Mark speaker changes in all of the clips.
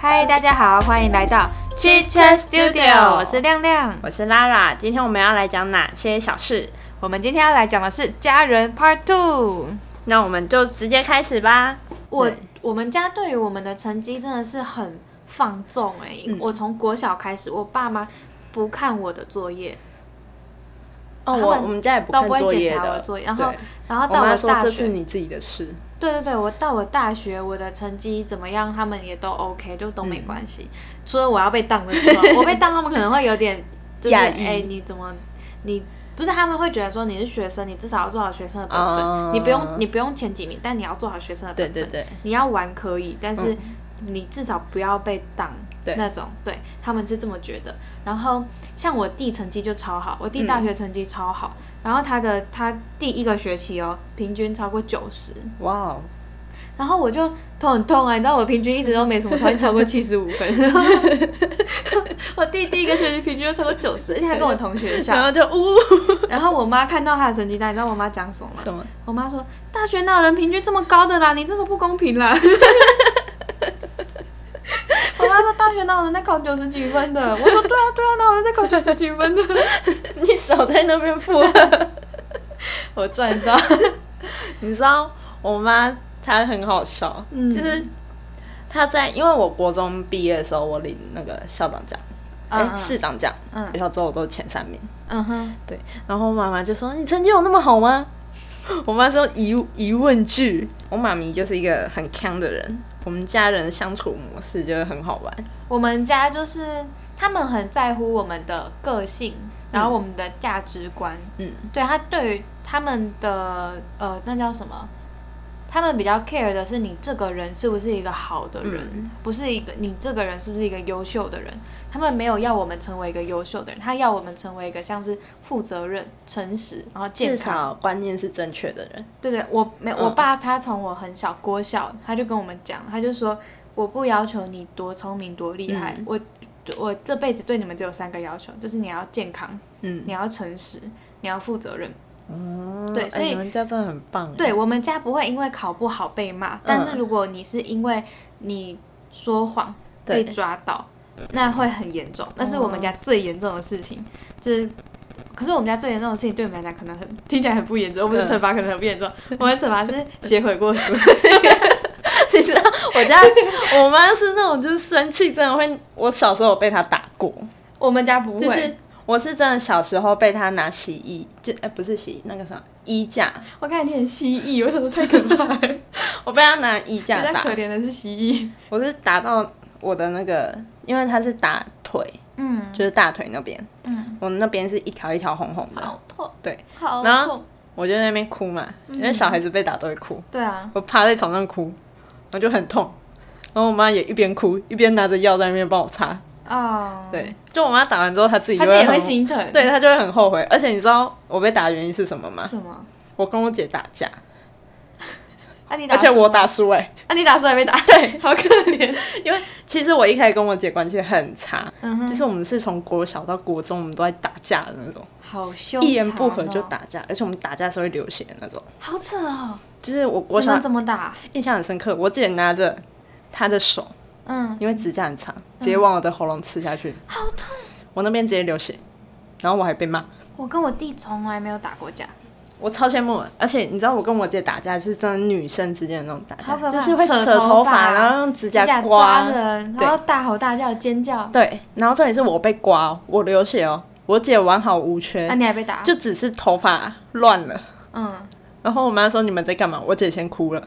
Speaker 1: 嗨，大家好，欢迎来到 Chit Chat Studio，我是亮亮。
Speaker 2: 我是 Lara，今天我们要来讲哪些小事？
Speaker 1: 我们今天要来讲的是家人 Part Two。
Speaker 2: 那我们就直接开始吧。
Speaker 1: 我
Speaker 2: 对
Speaker 1: 我们家对于我们的成绩真的是很放纵哎、
Speaker 2: 嗯
Speaker 1: 我从国小开始，我爸妈不看我的作业，
Speaker 2: 哦，
Speaker 1: 他
Speaker 2: 我
Speaker 1: 们
Speaker 2: 我们家也不
Speaker 1: 都
Speaker 2: 看
Speaker 1: 不会
Speaker 2: 作业
Speaker 1: 检查我的
Speaker 2: 的，
Speaker 1: 作业，然后
Speaker 2: 对，
Speaker 1: 然后
Speaker 2: 我
Speaker 1: 到
Speaker 2: 妈
Speaker 1: 我
Speaker 2: 说
Speaker 1: 大
Speaker 2: 这是
Speaker 1: 学，
Speaker 2: 你自己的事。
Speaker 1: 对对对，我到我大学，我的成绩怎么样，他们也都 OK，就都没关
Speaker 2: 嗯
Speaker 1: 系。除了我要被当的时候，我被当，他们可能会有点就是
Speaker 2: 讶
Speaker 1: 哎、
Speaker 2: 异
Speaker 1: 你怎么你不是他们会觉得说你是学生，你至少要做好学生的本分，
Speaker 2: 哦
Speaker 1: 你不用你不用前几名，但你要做好学生的本
Speaker 2: 对
Speaker 1: 分。
Speaker 2: 对对，
Speaker 1: 你要玩可以，但是你至少不要被挡
Speaker 2: 对
Speaker 1: 那种。对，他们是这么觉得。然后像我弟成绩就超好，我
Speaker 2: 嗯
Speaker 1: 弟大学成绩超好，然后他的他第一个学期哦，平均超过九十，
Speaker 2: 哇哦，
Speaker 1: 然后我就头很痛啊，你知道我平均一直都没什么成绩超过七十五分， 我弟第一个学期平均就超过九十，而且还跟我同学
Speaker 2: 然
Speaker 1: 校。
Speaker 2: 后就呜
Speaker 1: 然后我妈看到他的成绩单，你知道我妈讲什么吗？
Speaker 2: 什么？
Speaker 1: 我妈说：“大学哪有人平均这么高的啦？你这个不公平 啦！”我妈说：“大学哪有人在考九十几分的？”我说：“对啊，对啊，哪有人在考九十几分的
Speaker 2: 你少在那边 付、啊。我赚到。你知道我妈她很好笑，
Speaker 1: 嗯
Speaker 2: 就是她在因为我国中毕业的时候，我领那个校长奖，哎、
Speaker 1: 嗯嗯
Speaker 2: 市长奖，
Speaker 1: 嗯
Speaker 2: 学校之后我都前三名。？”
Speaker 1: 嗯哼，
Speaker 2: 对，然后妈妈就说：“你成绩有那么好吗？” 我妈是用疑疑问句。我妈咪就是一个很强的人，我们家人的相处模式就是很好玩。
Speaker 1: 我们家就是他们很在乎我们的个性，然后我们的价值观。
Speaker 2: 嗯，
Speaker 1: 对他对于他们的呃，那叫什么？他们比较 care 的是你这个人是不是一个好的人，
Speaker 2: 嗯
Speaker 1: 不是一个你这个人是不是一个优秀的人。他们没有要我们成为一个优秀的人，他要我们成为一个像是负责任、诚实，然后健
Speaker 2: 至
Speaker 1: 康。
Speaker 2: 少观念是正确的人。
Speaker 1: 对对，我没
Speaker 2: 嗯
Speaker 1: 我爸他从我很小国小他就跟我们讲，他就说我不要求你多聪明多厉害，
Speaker 2: 嗯
Speaker 1: 我我这辈子对你们只有三个要求，就是你要健康，
Speaker 2: 嗯，
Speaker 1: 你要诚实，你要负责任。
Speaker 2: 哦
Speaker 1: 对
Speaker 2: 哎
Speaker 1: 所以
Speaker 2: 你们家真的很棒。欸
Speaker 1: 对，我们家不会因为考不好被骂，但
Speaker 2: 嗯
Speaker 1: 是如果你是因为你说谎被
Speaker 2: 对哦
Speaker 1: 抓到，那会很严重。那是我们家最严重的事情，就是。可是我们家最严重的事情对我们来讲可能很听起来很不严重，我
Speaker 2: 嗯
Speaker 1: 们的惩罚可能很不严重，我们的惩罚是写悔过书。
Speaker 2: 你知道我家我妈是那种就是生气真的会，我小时候有被她打过，
Speaker 1: 我们家不会，
Speaker 2: 就是我是真的小时候被她拿洗衣，就哎、不是洗衣那个什么衣架，
Speaker 1: 我看你很蜥蜴，我想说太可怕了。
Speaker 2: 我被她拿衣
Speaker 1: 比
Speaker 2: 架
Speaker 1: 较
Speaker 2: 打
Speaker 1: 可，怜的是蜥蜴。
Speaker 2: 我是打到我的那个，因为它是打腿，
Speaker 1: 嗯，
Speaker 2: 就是大腿那边，
Speaker 1: 嗯，
Speaker 2: 我那边是一条一条红红的，
Speaker 1: 好痛，
Speaker 2: 对，
Speaker 1: 好
Speaker 2: 然后
Speaker 1: 痛。
Speaker 2: 我就在那边哭嘛，因
Speaker 1: 嗯
Speaker 2: 为小孩子被打都会哭，
Speaker 1: 对啊，
Speaker 2: 我趴在床上哭，我就很痛，然后我妈也一边哭一边拿着药在那边帮我擦，
Speaker 1: 哦，，
Speaker 2: 对，就我妈打完之后她自己
Speaker 1: 他
Speaker 2: 就
Speaker 1: 自己也
Speaker 2: 很
Speaker 1: 会，心疼。
Speaker 2: 对她就会很后悔，而且你知道我被打的原因是什么吗？
Speaker 1: 什么？
Speaker 2: 我跟我姐打架，
Speaker 1: 啊，你打
Speaker 2: 而且
Speaker 1: 输
Speaker 2: 我打输哎、
Speaker 1: 啊，你打输还没打，对，好可怜。
Speaker 2: 其实我一开始跟我姐关系很差，
Speaker 1: 嗯
Speaker 2: 就
Speaker 1: 哼，
Speaker 2: 是我们是从国小到国中我们都在打架的那种。
Speaker 1: 好凶，哦
Speaker 2: 一言不合就，打架，而且我们打架是会流血的那种。
Speaker 1: 好扯哦。
Speaker 2: 就是我国
Speaker 1: 我
Speaker 2: 小
Speaker 1: 想怎么打？
Speaker 2: 印象很深刻，我姐拿着她的手，
Speaker 1: 嗯，
Speaker 2: 因为指甲很长，直接往我的喉咙刺下去，
Speaker 1: 好痛。
Speaker 2: 我那边直接流血，然后我还被骂，
Speaker 1: 我跟我弟从来没有打过架，
Speaker 2: 我超羡慕的。而且你知道我跟我姐打架是真的女生之间的那种打
Speaker 1: 好可怕
Speaker 2: 架，就是会
Speaker 1: 扯
Speaker 2: 扯
Speaker 1: 头
Speaker 2: 头
Speaker 1: 发
Speaker 2: 发，然后用指
Speaker 1: 指
Speaker 2: 甲
Speaker 1: 甲
Speaker 2: 刮
Speaker 1: 抓。人，
Speaker 2: 对
Speaker 1: 然后大吼大叫、尖叫，啊，
Speaker 2: 对，然后重点是我被刮哦，我流血哦，我姐完好无缺，
Speaker 1: 啊你还被打？
Speaker 2: 就只是头发乱了。
Speaker 1: 嗯，
Speaker 2: 然后我妈说你们在干嘛？我姐先哭了。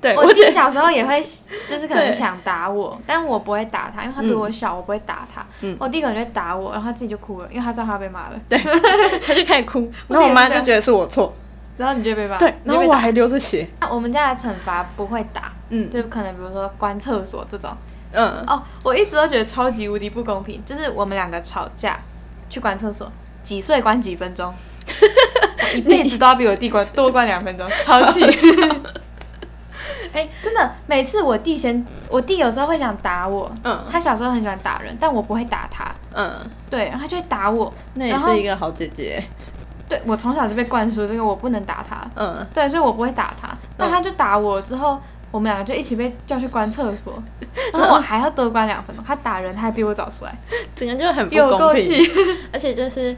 Speaker 2: 对，
Speaker 1: 哎我
Speaker 2: 我
Speaker 1: 弟
Speaker 2: 姐
Speaker 1: 小时候也会，就是可能
Speaker 2: 对
Speaker 1: 想打我，但我不会打他，因为他比我小，我不会打他。
Speaker 2: 嗯
Speaker 1: 我弟可能就会打我，然后他自己就哭了，因为他知道他被骂了。
Speaker 2: 她就开始哭，
Speaker 1: 我
Speaker 2: 然后我妈
Speaker 1: 姐也
Speaker 2: 就是觉得是我错，
Speaker 1: 然后你就被骂。
Speaker 2: 对，
Speaker 1: 啊你
Speaker 2: 然
Speaker 1: 就
Speaker 2: 后
Speaker 1: 被
Speaker 2: 我
Speaker 1: 打。
Speaker 2: 还流着血，
Speaker 1: 那我们家的惩罚不会打，
Speaker 2: 嗯
Speaker 1: 就可能比如说关厕所这种。
Speaker 2: 嗯，
Speaker 1: 哦，我一直都觉得超级无敌不公平，就是我们两个吵架去关厕所，几岁关几分 钟，我一辈子都要比我弟关多关两 分钟，超气。哎、真的，每次我弟先，我弟有时候会想打我，
Speaker 2: 嗯
Speaker 1: 他小时候很喜欢打人，但我不会打他，
Speaker 2: 嗯，
Speaker 1: 对，然后他就会打我，
Speaker 2: 那也
Speaker 1: 然后
Speaker 2: 是一个好姐姐，
Speaker 1: 对我从小就被灌输这个我不能打他，
Speaker 2: 嗯
Speaker 1: 嗯对，所以我不会打他，但他就打我之后，我们两个就一起被叫去关厕所， 然后我还要多关两分钟。他打人，他还比我早出来，
Speaker 2: 整个就很不
Speaker 1: 有
Speaker 2: 公
Speaker 1: 够
Speaker 2: 平，
Speaker 1: 气。
Speaker 2: 而且就是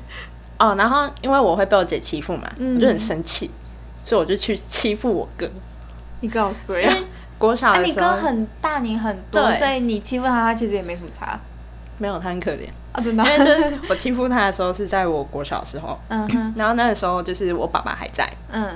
Speaker 2: 哦，然后因为我会被我姐欺负嘛，
Speaker 1: 嗯
Speaker 2: 我就很生气，所以我就去欺负我哥。
Speaker 1: 你告诉
Speaker 2: 因
Speaker 1: 呀
Speaker 2: 为？国小
Speaker 1: 啊，
Speaker 2: 的
Speaker 1: 你
Speaker 2: 时
Speaker 1: 哥
Speaker 2: 候、
Speaker 1: 很大你很多，
Speaker 2: 对
Speaker 1: 所以你欺负他，他其实也没什么差
Speaker 2: 没有他很可 怜，
Speaker 1: 啊，真
Speaker 2: 因
Speaker 1: 的。
Speaker 2: 为 就是我欺负他的时候是在我国小的时候，
Speaker 1: 嗯哼，
Speaker 2: 然后那个时候就是我爸爸还在，
Speaker 1: 嗯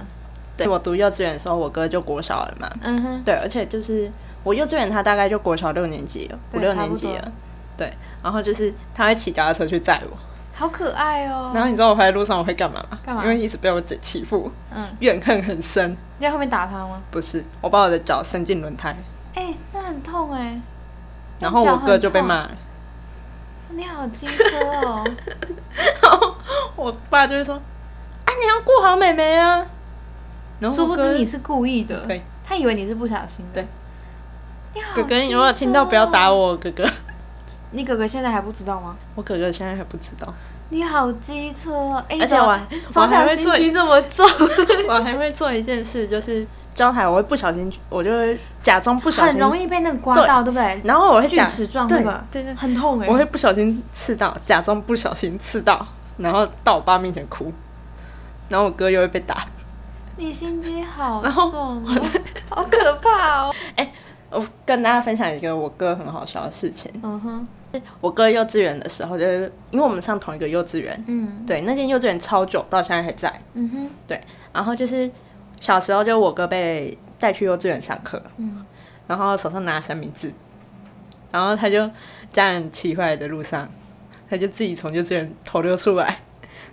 Speaker 2: 对我读幼稚园的时候，我哥就国小了嘛，
Speaker 1: 嗯哼，
Speaker 2: 对，而且就是我幼稚园他大概就国小六年级了，五
Speaker 1: 对
Speaker 2: 六
Speaker 1: 差不
Speaker 2: 年级
Speaker 1: 多
Speaker 2: 了，对，然后就是他会骑脚踏车去载我，
Speaker 1: 好可爱哦。
Speaker 2: 然后你知道我回来路上我会干嘛吗？
Speaker 1: 干嘛
Speaker 2: 因为一直被我姐欺负，
Speaker 1: 嗯，
Speaker 2: 怨恨很深。
Speaker 1: 你在后面打他吗？
Speaker 2: 不是，我把我的脚伸进轮胎，
Speaker 1: 哎，那很痛哎，
Speaker 2: 然后
Speaker 1: 脚
Speaker 2: 我
Speaker 1: 很
Speaker 2: 哥就被
Speaker 1: 痛
Speaker 2: 骂了，
Speaker 1: 你好机车 哦。
Speaker 2: 然后我爸就会说：“啊，你要顾好妹妹啊。”然后
Speaker 1: 殊不
Speaker 2: 我哥
Speaker 1: 知你是故意的，
Speaker 2: 对，
Speaker 1: 他以为你是不小心的。
Speaker 2: 对
Speaker 1: 你好
Speaker 2: 哥哥，你如果听到不要打
Speaker 1: 我。
Speaker 2: 我，哥哥，
Speaker 1: 你哥哥现在还不知道吗？
Speaker 2: 我哥哥现在还不知道，
Speaker 1: 你好机车哦，哎，
Speaker 2: 而且我还我
Speaker 1: 从
Speaker 2: 还
Speaker 1: 小
Speaker 2: 会
Speaker 1: 心
Speaker 2: 做
Speaker 1: 机这么重，
Speaker 2: 我还会做一件事，就是招牌，我会不小心，我就会假装不小心，
Speaker 1: 很容易被那个刮
Speaker 2: 对
Speaker 1: 到，对不对？
Speaker 2: 然后我会
Speaker 1: 锯
Speaker 2: 假
Speaker 1: 齿状
Speaker 2: 对
Speaker 1: 那个，
Speaker 2: 对对，
Speaker 1: 很痛哎。
Speaker 2: 我会不小心刺到，假装不小心刺到，然后到我爸面前哭，然后我哥又会被打。
Speaker 1: 你心机好
Speaker 2: 然后
Speaker 1: 重哦，好可怕哦。
Speaker 2: 我跟大家分享一个我哥很好笑的事情。
Speaker 1: 嗯哼，
Speaker 2: 我哥幼稚园的时候，就是因为我们上同一个幼稚园，
Speaker 1: 嗯
Speaker 2: 对，那间幼稚园超久，到现在还在。
Speaker 1: 嗯哼，
Speaker 2: 然后就是小时候，就我哥被带去幼稚园上课，
Speaker 1: 嗯
Speaker 2: 然后手上拿三明治，然后他就家人骑回来的路上，他就自己从幼稚园偷溜出来，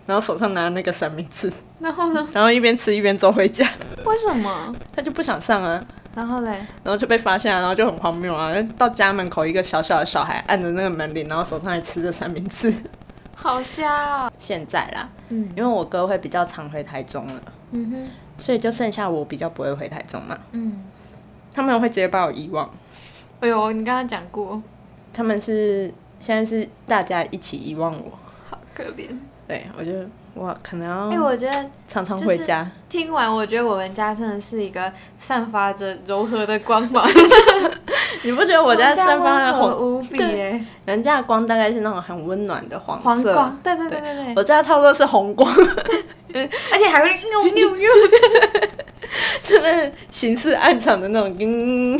Speaker 2: 然后手上拿那个三明治，
Speaker 1: 然后呢？
Speaker 2: 然后一边吃一边走回家，
Speaker 1: 为什么？
Speaker 2: 他就不想上啊，
Speaker 1: 然后嘞，
Speaker 2: 然后就被发现啊，然后就很荒谬啊，到家门口一个小小的小孩按着那个门铃，然后手上还吃着三明治。
Speaker 1: 好瞎哦。
Speaker 2: 现在啦，
Speaker 1: 嗯
Speaker 2: 因为我哥会比较常回台中了，
Speaker 1: 嗯哼，
Speaker 2: 所以就剩下我比较不会回台中嘛，
Speaker 1: 嗯。
Speaker 2: 他们会直接把我遗忘。
Speaker 1: 哎呦，你刚刚讲过，
Speaker 2: 他们是现在是大家一起遗忘我，
Speaker 1: 好可怜。
Speaker 2: 对我就我可能
Speaker 1: 哎、
Speaker 2: 要
Speaker 1: 我觉得
Speaker 2: 常常
Speaker 1: 就是
Speaker 2: 回家，
Speaker 1: 听完，我觉得我们家真的是一个散发着柔和的光 芒，
Speaker 2: 你不觉得我家散发的
Speaker 1: 温和
Speaker 2: 红，
Speaker 1: 无比耶、
Speaker 2: 人家的光大概是那种很温暖的黄哎
Speaker 1: 黄
Speaker 2: 色，
Speaker 1: 光，对对对对对，
Speaker 2: 我家差不多是红光，
Speaker 1: 而且还会扭 扭扭，
Speaker 2: 就是形式暗场的那种，嗯，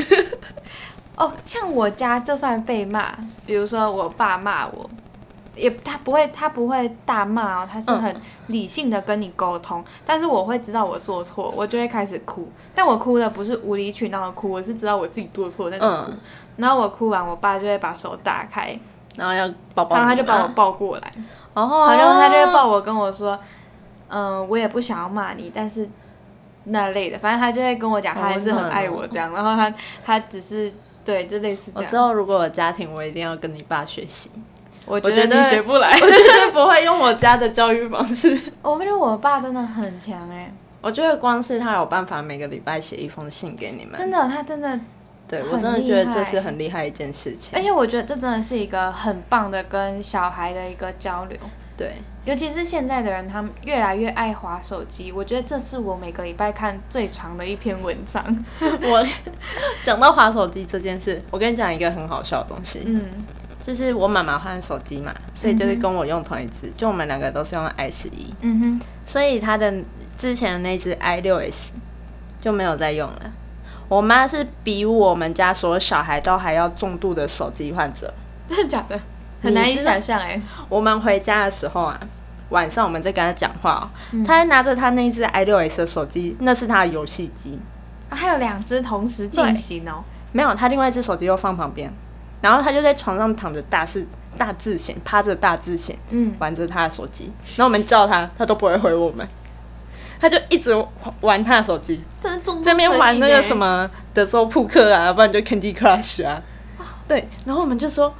Speaker 1: 哦，像我家就算被骂，比如说我爸骂我，也他不会他不会大骂哦，他
Speaker 2: 嗯
Speaker 1: 是很理性的跟你沟通，但是我会知道我做错，我就会开始哭，但我哭的不是无理取闹的哭，我是知道我自己做错的那种哭。
Speaker 2: 嗯
Speaker 1: 然后我哭完，我爸就会把手打开，
Speaker 2: 然后要抱抱，
Speaker 1: 然后他就把
Speaker 2: 啊
Speaker 1: 我，抱过来，
Speaker 2: 然后
Speaker 1: 然后他就会抱我跟我说，嗯、我也不想要骂你，但是那类的，反正他就会跟我讲，
Speaker 2: 好哦
Speaker 1: 他还是
Speaker 2: 温
Speaker 1: 很
Speaker 2: 暖
Speaker 1: 爱
Speaker 2: 哦
Speaker 1: 我这样，然后他他只是对，就类似这
Speaker 2: 我
Speaker 1: 样
Speaker 2: 之。后如果有家庭，我一定要跟你爸学 习，
Speaker 1: 我
Speaker 2: 觉得你学
Speaker 1: 不来。
Speaker 2: 我绝对不会用我家的教育方式。
Speaker 1: 我觉得我爸真的很强哎、
Speaker 2: 我觉得光是他有办法每个礼拜写一封信给你们，
Speaker 1: 真的，他真的，
Speaker 2: 对我
Speaker 1: 很
Speaker 2: 真的
Speaker 1: 厉
Speaker 2: 觉得这
Speaker 1: 害
Speaker 2: 是很厉害哎一件事情
Speaker 1: 而。且我觉得这真的是一个很棒的跟小孩的一个交流，
Speaker 2: 对，
Speaker 1: 尤其是现在的人，他们越来越爱滑手机。我觉得这是我每个礼拜看最长的一篇文章。
Speaker 2: 我讲到滑手机这件事，我跟你讲一个很好笑的东西，
Speaker 1: 嗯
Speaker 2: 就是我妈妈换手机嘛，所以就是跟我用同一只，就我们两个都是用 i 十一，
Speaker 1: 嗯哼，
Speaker 2: 所以她的之前的那只 i 六 S 就没有再用了。我妈是比我们家所有小孩都还要重度的手机患者。
Speaker 1: 真的假的？很难以
Speaker 2: 你知道
Speaker 1: 想象哎、
Speaker 2: 我们回家的时候啊，晚上我们在跟她讲话、哦，她还拿着她那只 i 六 S 的手机，那是她的游戏机。
Speaker 1: 啊还有两只同时进行哦、
Speaker 2: 没有，他另外一只手机又放旁边，然后他就在床上躺着大字大字显，趴着大字显
Speaker 1: 嗯，
Speaker 2: 玩着他的手机。然后我们叫他，他都不会回我们，他就一直玩他的手机，
Speaker 1: 真的重度
Speaker 2: 在那边玩那
Speaker 1: 成瘾
Speaker 2: 个
Speaker 1: 欸
Speaker 2: 什，么德州扑克啊，不然就 Candy Crush 啊。对，然后我们就说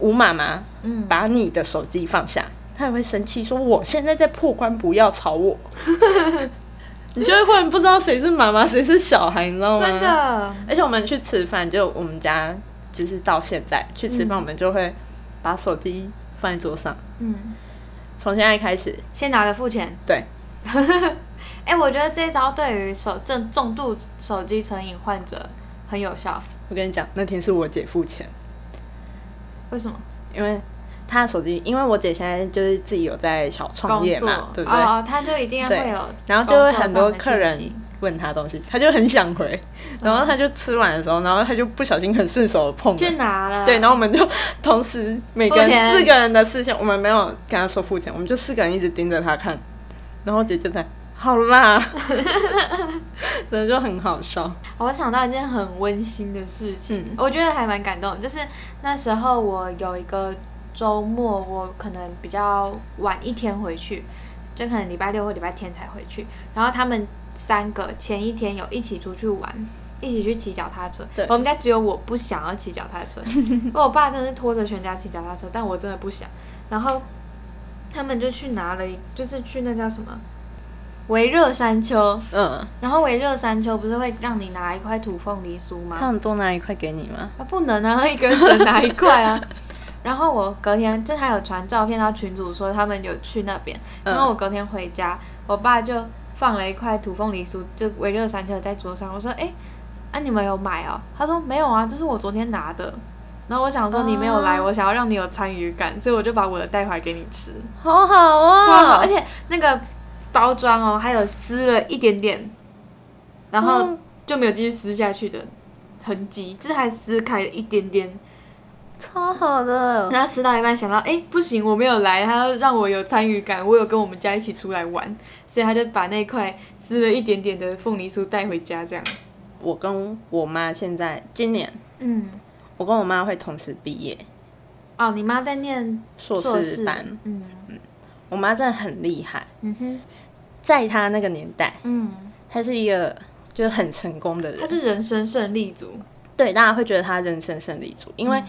Speaker 2: 吴妈妈，
Speaker 1: 嗯，
Speaker 2: 把你的手机放下，他也会生气说我现在在破关，不要 吵我。你就会忽然不知道谁是妈妈，谁是小孩，你知道吗？
Speaker 1: 真的，
Speaker 2: 而且我们去吃饭，就我们家就是到现在去吃饭，我们就会把手机放在桌上，
Speaker 1: 嗯，
Speaker 2: 从现在开始，
Speaker 1: 先拿着付钱。
Speaker 2: 对，
Speaker 1: 哎、我觉得这一招对于手正重度手机成瘾患者很有效。
Speaker 2: 我跟你讲，那天是我姐付钱，
Speaker 1: 为什么？
Speaker 2: 因为她的手机，因为我姐现在就是自己有在小创
Speaker 1: 工
Speaker 2: 业
Speaker 1: 作
Speaker 2: 嘛，对不对？
Speaker 1: 哦哦，他就一定要会
Speaker 2: 对
Speaker 1: 有，
Speaker 2: 然后就会很多客人问她东西，她就很想回，然后她就吃完的时候，然后她就不小心很顺手地碰了
Speaker 1: 嗯就拿了。
Speaker 2: 对，然后我们就同时每个
Speaker 1: 付
Speaker 2: 人
Speaker 1: 钱
Speaker 2: 四个人的视线，我们没有跟他说付钱，我们就四个人一直盯着他看，然后姐就在 好啦，真的就很好笑。
Speaker 1: 我想到一件很温馨的事情，
Speaker 2: 嗯
Speaker 1: 我觉得还蛮感动的。就是那时候我有一个周末，我可能比较晚一天回去，就可能礼拜六或礼拜天才回去。然后他们三个前一天有一起出去玩。一起去骑脚踏车
Speaker 2: 对，
Speaker 1: 我们家只有我不想要骑脚踏 车，我爸真的是拖着全家骑脚踏车，但我真的不想。然后他们就去拿了一，就是去那叫什么维热山丘，
Speaker 2: 嗯，
Speaker 1: 然后围热山丘不是会让你拿一块土凤梨酥
Speaker 2: 他
Speaker 1: 吗？
Speaker 2: 们多拿一块给你吗？
Speaker 1: 啊，不能啊，一个人只能拿一块啊。然后我隔天，就他有传照片到群组说他们有去那边，然后我隔天回家，我爸就放了一块土凤梨酥，就围热山丘在桌上。我说，哎、啊你们有买哦？他说没有啊，这是我昨天拿的。然后我想说你没有来，
Speaker 2: 哦
Speaker 1: 我想要让你有参与感，所以我就把我的带回来给你吃，
Speaker 2: 好好哦，
Speaker 1: 超好，而且那个包装哦，还有撕了一点点，然后
Speaker 2: 嗯
Speaker 1: 就没有继续撕下去的痕迹，就是还撕开了一点点。
Speaker 2: 超好的，
Speaker 1: 然后撕到一半，想到哎、诶不行，我没有来，他要让我有参与感，我有跟我们家一起出来玩，所以他就把那块撕了一点点的凤梨酥带回家，这样。
Speaker 2: 我跟我妈现在今年，
Speaker 1: 嗯，
Speaker 2: 我跟我妈会同时毕业
Speaker 1: 哦，你妈在念
Speaker 2: 硕
Speaker 1: 硕
Speaker 2: 士班，
Speaker 1: 嗯
Speaker 2: 我妈真的很厉害，
Speaker 1: 嗯哼，
Speaker 2: 在她那个年代，
Speaker 1: 嗯，
Speaker 2: 她是一个就是很成功的人
Speaker 1: 她。是人生胜利组，
Speaker 2: 对，大家会觉得他人生胜利组，
Speaker 1: 嗯
Speaker 2: 因为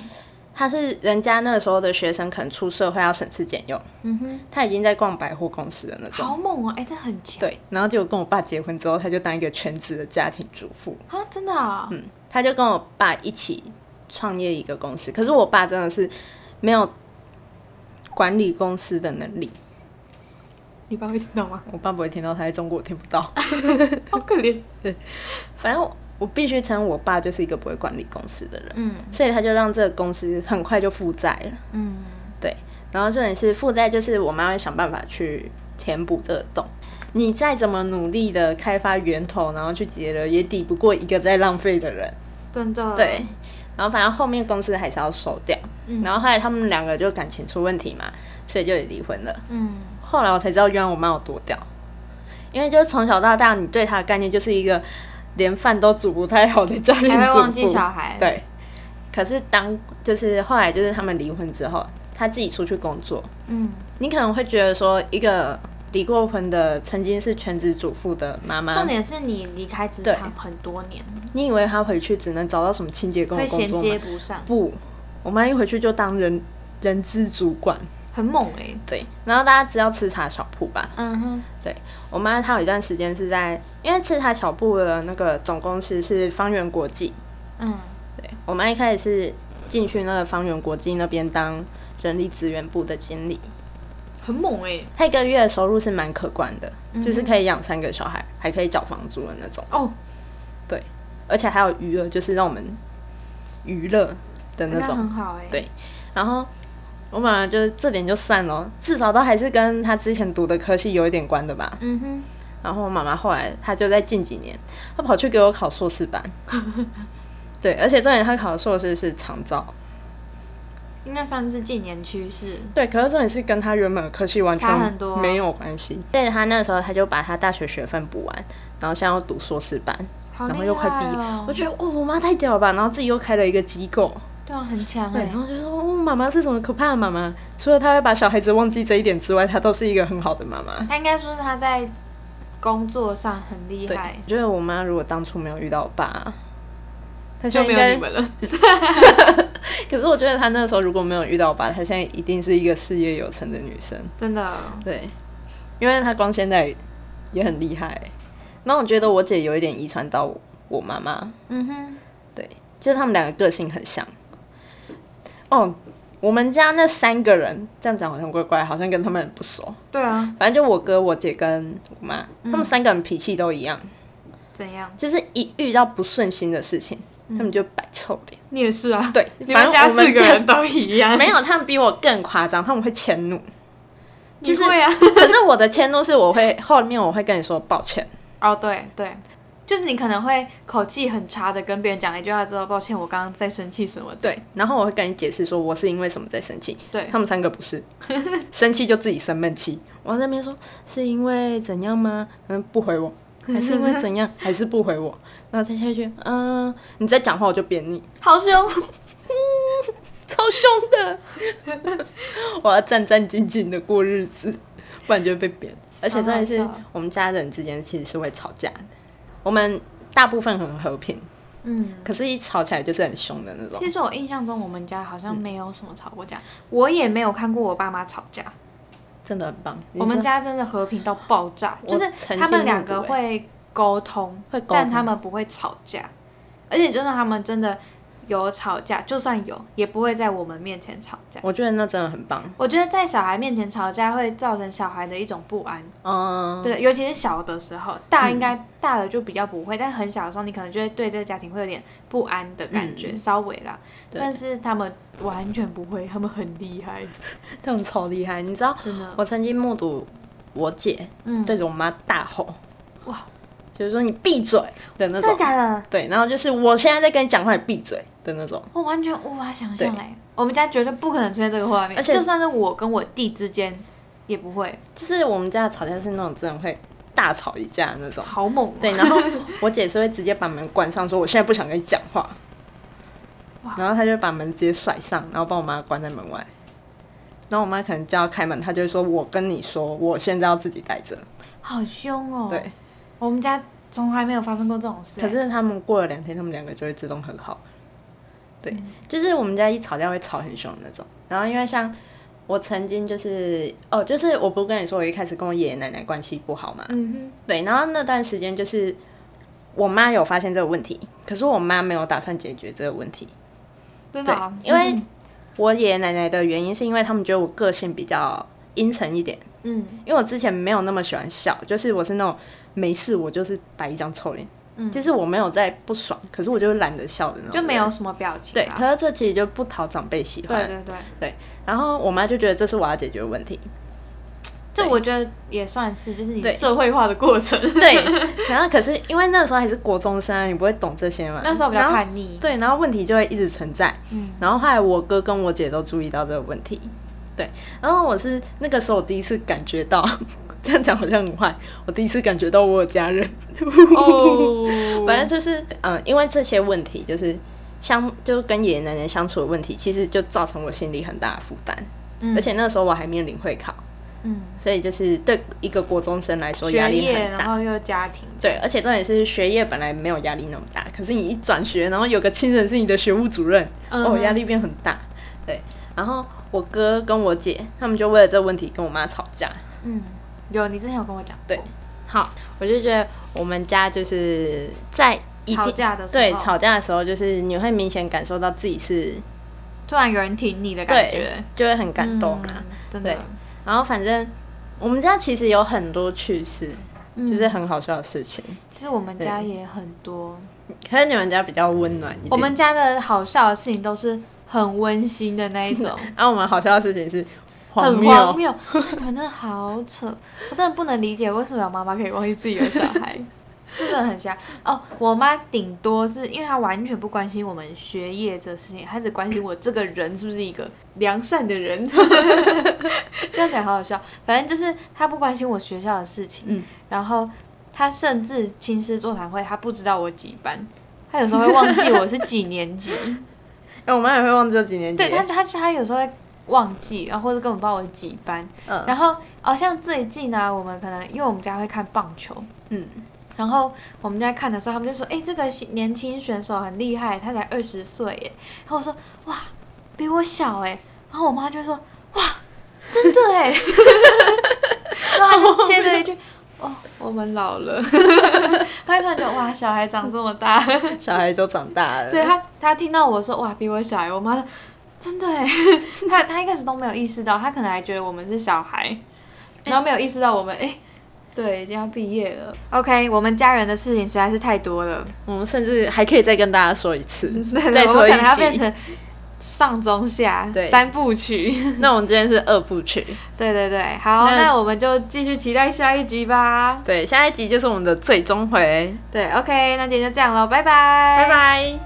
Speaker 2: 他是人家那个时候的学生，可能出社会要省吃俭用，
Speaker 1: 嗯哼，
Speaker 2: 他已经在逛百货公司的那种。
Speaker 1: 好猛哦、哎、这很强
Speaker 2: 对，然后结果跟我爸结婚之后，他就当一个全职的家庭主妇。
Speaker 1: 啊，真的啊，
Speaker 2: 嗯，他就跟我爸一起创业一个公司，可是我爸真的是没有管理公司的能力。
Speaker 1: 你爸会听到吗？
Speaker 2: 我爸不会听到，他在中国听不到。
Speaker 1: 好可怜，
Speaker 2: 反正我我必须承认，我爸就是一个不会管理公司的人，
Speaker 1: 嗯
Speaker 2: 所以他就让这个公司很快就负债了。
Speaker 1: 嗯。
Speaker 2: 然后重点是负债，就是我妈会想办法去填补这个洞。你再怎么努力的开发源头，然后去节流，也抵不过一个在浪费的人。
Speaker 1: 真的，
Speaker 2: 对，，然后反正后面公司还是要收掉。
Speaker 1: 嗯
Speaker 2: 然后后来他们两个就感情出问题嘛，所以就也离婚了。
Speaker 1: 嗯，
Speaker 2: 后来我才知道，原来我妈有多屌，因为就是从小到大，你对她的概念就是一个连饭都煮不太好的家庭主妇，
Speaker 1: 还会忘记小孩，，
Speaker 2: 对，可是当就是后来就是他们离婚之后，他自己出去工作，
Speaker 1: 嗯，
Speaker 2: 你可能会觉得说，一个离过婚的曾经是全职主妇的妈妈，
Speaker 1: 重点是你离开职场很多年，
Speaker 2: 你以为她回去只能找到什么清洁工的
Speaker 1: 会
Speaker 2: 工
Speaker 1: 衔
Speaker 2: 作
Speaker 1: 接
Speaker 2: 吗？
Speaker 1: 不上，
Speaker 2: 不，我妈一回去就当人人资主管，
Speaker 1: 很猛哎、欸，
Speaker 2: 对。然后大家知道吃茶小铺吧？
Speaker 1: 嗯哼，
Speaker 2: 我妈她有一段时间是在，因为吃茶小铺的那个总公司是方圆国际，
Speaker 1: 嗯
Speaker 2: 对我妈一开始是进去那个方圆国际那边当人力资源部的经理，
Speaker 1: 很猛哎、
Speaker 2: 她一个月的收入是蛮可观的，
Speaker 1: 嗯
Speaker 2: 就是可以养三个小孩，还可以缴房租的那种，
Speaker 1: 哦，
Speaker 2: 而且还有娱乐，就是让我们娱乐的那
Speaker 1: 那
Speaker 2: 种。
Speaker 1: 很好哎、
Speaker 2: 对然后我妈妈就是这点就算了，至少都还是跟她之前读的科系有一点关的吧。
Speaker 1: 嗯哼，
Speaker 2: 然后我妈妈后来她就在近几年，她跑去给我考硕 士班，对，而且重点她考的硕士是长照。
Speaker 1: 应该算是近年趋势，
Speaker 2: 对，可是重点是跟他原本的科系完
Speaker 1: 差很多
Speaker 2: 全没有关系。对他那时候他就把他大学学分补完，然后现在要读硕士班，
Speaker 1: 好
Speaker 2: 然后
Speaker 1: 厉
Speaker 2: 又快毕
Speaker 1: 害
Speaker 2: 业，
Speaker 1: 哦
Speaker 2: 我，觉得哇、我妈太屌了吧！然后自己又开了一个机构，
Speaker 1: 对啊，很强
Speaker 2: 对，
Speaker 1: 哎、
Speaker 2: 然后就说哦，妈妈是什么可怕的妈妈？除了她会把小孩子忘记这一点之外，她都是一个很好的妈妈。
Speaker 1: 他应该说是他在工作上很厉
Speaker 2: 对，
Speaker 1: 害，
Speaker 2: 我觉得我妈如果当初没有遇到我爸，她现
Speaker 1: 就没
Speaker 2: 在应
Speaker 1: 有你
Speaker 2: 该。
Speaker 1: 们了，
Speaker 2: 可是我觉得她那时候如果没有遇到我爸，她现在一定是一个事业有成的女生。
Speaker 1: 真的，
Speaker 2: 对，因为她光现在也很厉害、然后我觉得我姐有一点遗传到我我妈妈，
Speaker 1: 嗯哼，
Speaker 2: 就是他们两个个性很像。哦，我们家那三个人这样讲好像怪怪，好像跟他们很不熟。
Speaker 1: 对啊，
Speaker 2: 反正就我哥、我姐跟我妈，他们三个人脾气都一样，
Speaker 1: 怎样？
Speaker 2: 就是一遇到不顺心的事情，他们就摆臭脸。
Speaker 1: 你也是嗯啊，
Speaker 2: 对，
Speaker 1: 你
Speaker 2: 反
Speaker 1: 们家
Speaker 2: 正我
Speaker 1: 四
Speaker 2: 们
Speaker 1: 个
Speaker 2: 家
Speaker 1: 人都一样，
Speaker 2: 没有，他们比我更夸张，他们会 迁怒。
Speaker 1: 你
Speaker 2: 就是
Speaker 1: 会啊。
Speaker 2: 可是我的迁怒是我会后面我会跟你说抱歉，
Speaker 1: 哦，对对，就是你可能会口气很差的跟别人讲了一句话之后，抱歉，我刚刚在生气什么的。
Speaker 2: 对，然后我会跟你解释说我是因为什么在生气，
Speaker 1: 对
Speaker 2: 他们三个 不是，生气就自己生闷气。我在那边说是因为怎样吗？嗯，不回我，还是因为 怎样，还是不回我，然后再下一句，嗯，你再讲话我就扁你，
Speaker 1: 好凶，超凶的。
Speaker 2: 我要战战兢兢的过日子，不然就会被扁。而且真的是
Speaker 1: 好好笑
Speaker 2: 我们家人之间其实是会吵架的，我们大部分很和平，
Speaker 1: 嗯，
Speaker 2: 可是一吵起来就是很凶的那种
Speaker 1: 其。实我印象中我们家好像没有什么吵过架，我也没有看过我爸妈吵架。
Speaker 2: 真的很棒。
Speaker 1: 我们家真的和平到爆炸，
Speaker 2: 我
Speaker 1: 就是
Speaker 2: 曾
Speaker 1: 他
Speaker 2: 经
Speaker 1: 们
Speaker 2: 目
Speaker 1: 两
Speaker 2: 睹
Speaker 1: 个
Speaker 2: 欸
Speaker 1: 会沟通，
Speaker 2: 会沟
Speaker 1: 但
Speaker 2: 通
Speaker 1: 他们不会吵架，而且就算他们真的有吵架，就算有，也不会在我们面前吵架。
Speaker 2: 我觉得那真的很棒。
Speaker 1: 我觉得在小孩面前吵架会造成小孩的一种不安，
Speaker 2: 嗯，
Speaker 1: 对，尤其是小的时候，大应该大了就比较不会，但很小的时候你可能就会对这个家庭会有点不安的感觉，稍微啦。
Speaker 2: 嗯对
Speaker 1: 但是他们完全不会，他们很厉害，
Speaker 2: 他们超厉害。你知道，
Speaker 1: 真的。
Speaker 2: 我曾经目睹我姐
Speaker 1: 嗯，
Speaker 2: 对着我妈大吼，
Speaker 1: 哇，
Speaker 2: 就是说你闭嘴的那
Speaker 1: 真的
Speaker 2: 种。
Speaker 1: 假的？
Speaker 2: 对，然后就是我现在在跟你讲话，你闭嘴的那种。
Speaker 1: 我完全无法想象
Speaker 2: 对
Speaker 1: 哎，我们家绝对不可能出现这个画面，
Speaker 2: 而且
Speaker 1: 就算是我跟我弟之间也不会，
Speaker 2: 就是我们家的吵架是那种真的会大吵一架的那种。
Speaker 1: 好猛、哦。
Speaker 2: 对，然后我姐是会直接把门关上，说我现在不想跟你讲话
Speaker 1: 哇。
Speaker 2: 然后她就把门直接甩上，然后把我妈关在门外。然后我妈可能叫她开门，她就会说：“我跟你说，我现在要自己待着。
Speaker 1: 好凶哦。
Speaker 2: 对，
Speaker 1: 我们家从来没有发生过这种事欸。
Speaker 2: 可是他们过了两天，他们两个就会自动和好。对，就是我们家一吵架会吵很凶的那种。然后因为像我曾经就是哦，就是我不是跟你说我一开始跟我爷爷奶奶关系不好嘛？
Speaker 1: 嗯
Speaker 2: 对，然后那段时间就是我妈有发现这个问题，可是我妈没有打算解决这个问题。
Speaker 1: 哼，真的啊、
Speaker 2: 对因为我爷爷奶奶的原因是因为他们觉得我个性比较阴沉一点，
Speaker 1: 嗯
Speaker 2: 因为我之前没有那么喜欢笑，就是我是那种没事我就是摆一张臭脸，
Speaker 1: 嗯
Speaker 2: 就是我没有在不爽，可是我就懒得笑的那种，
Speaker 1: 就没有。什么表情
Speaker 2: 对，
Speaker 1: 啊、
Speaker 2: 可是这其实就不讨长辈喜欢。
Speaker 1: 对对对，
Speaker 2: 然后我妈就觉得这是我要解决的问题，
Speaker 1: 这我觉得也算是就是你
Speaker 2: 对
Speaker 1: 社会化的过程。
Speaker 2: 对。然后可是因为那时候还是国中生啊，你不会懂这些 嘛。
Speaker 1: 那时候比较
Speaker 2: 然后
Speaker 1: 叛 逆，
Speaker 2: 对，然后问题就会一直存在。
Speaker 1: 嗯
Speaker 2: 然后后来我哥跟我姐都注意到这个问题，对。然后我是那个时候我第一次感觉到， 这样讲好像很坏，我第一次感觉到我有家人。
Speaker 1: 哦，
Speaker 2: 反正就是，嗯、因为这些问题就是相，就跟爷爷奶奶相处的问题，其实就造成我心里很大的负担。
Speaker 1: 嗯
Speaker 2: 而且那时候我还面临会考，
Speaker 1: 嗯，
Speaker 2: 所以就是对一个国中生来说压
Speaker 1: 学
Speaker 2: 力
Speaker 1: 业，
Speaker 2: 很
Speaker 1: 然
Speaker 2: 大。
Speaker 1: 后又家庭，
Speaker 2: 对，而且重点是学业本来没有压力那么大，可是你一转学，然后有个亲人是你的学务主任，哦，
Speaker 1: 嗯
Speaker 2: 压力变很大。对，然后我哥跟我姐他们就为了这个问题跟我妈吵架。
Speaker 1: 嗯，有你之前有跟我讲过，
Speaker 2: 对好，我就觉得我们家就是在一
Speaker 1: 吵
Speaker 2: 定
Speaker 1: 架的时候，
Speaker 2: 对吵架的时候，就是你会明显感受到自己是
Speaker 1: 突然有人挺你的感
Speaker 2: 对
Speaker 1: 觉，，
Speaker 2: 就会很感动啊。
Speaker 1: 嗯真
Speaker 2: 对
Speaker 1: 的，
Speaker 2: 然后反正我们家其实有很多趣事，
Speaker 1: 嗯
Speaker 2: 就是很好笑的事情。
Speaker 1: 其实我们家也很多，
Speaker 2: 可是你们家比较温暖一点。
Speaker 1: 我们家的好笑的事情都是很温馨的那一种，
Speaker 2: 啊，我们好笑的事情是荒
Speaker 1: 很
Speaker 2: 谬，
Speaker 1: 荒谬。那你们真的好扯，我真的不能理解为什么有妈妈可以忘记自己的小 孩，真的很瞎。哦，我妈顶多是因为她完全不关心我们学业这事情，她只关心我这个人是不是一个良善的 人。这样讲好好笑，反正就是她不关心我学校的事情，
Speaker 2: 嗯
Speaker 1: 然后她甚至亲师座谈会，她不知道我几班。她有时候会忘记我是几年级，
Speaker 2: 哎、我妈也会忘记有几年级。
Speaker 1: 对她，她她有时候会忘记，然后或者根本不知道我几班，
Speaker 2: 嗯，
Speaker 1: 然后哦，像最近呢、我们可能因为我们家会看棒球，
Speaker 2: 嗯，
Speaker 1: 然后我们在看的时候，他们就说：“哎、这个新年轻选手很厉害，他才二十岁耶。”然后我说：“哇，比我小哎。”然后我妈就说：“哇，真的哎。”然后她就接着一句：“哦，我们老了。” 她就突然觉得哇，小孩长这么大。
Speaker 2: 小孩都长大了。
Speaker 1: 对他，他听到我说哇比我小耶，我妈说真的哎， 他他一开始都没有意识到，他可能还觉得我们是小孩，然后没有意识到我们哎、对，已经要毕业了。OK，我们家人的事情实在是太多了，
Speaker 2: 我们甚至还可以再跟大家说一次
Speaker 1: 对，，
Speaker 2: 再
Speaker 1: 我
Speaker 2: 说
Speaker 1: 们可能要
Speaker 2: 一
Speaker 1: 变
Speaker 2: 集。
Speaker 1: 成上中下
Speaker 2: 对
Speaker 1: 三部 曲。
Speaker 2: 那我们今天是二部曲，
Speaker 1: 对对对，好，
Speaker 2: 那
Speaker 1: 那我们就继续期待下一集吧。
Speaker 2: 对，下一集就是我们的最终回，
Speaker 1: 对，OK，那今天就这样喽，拜拜，
Speaker 2: 拜。拜。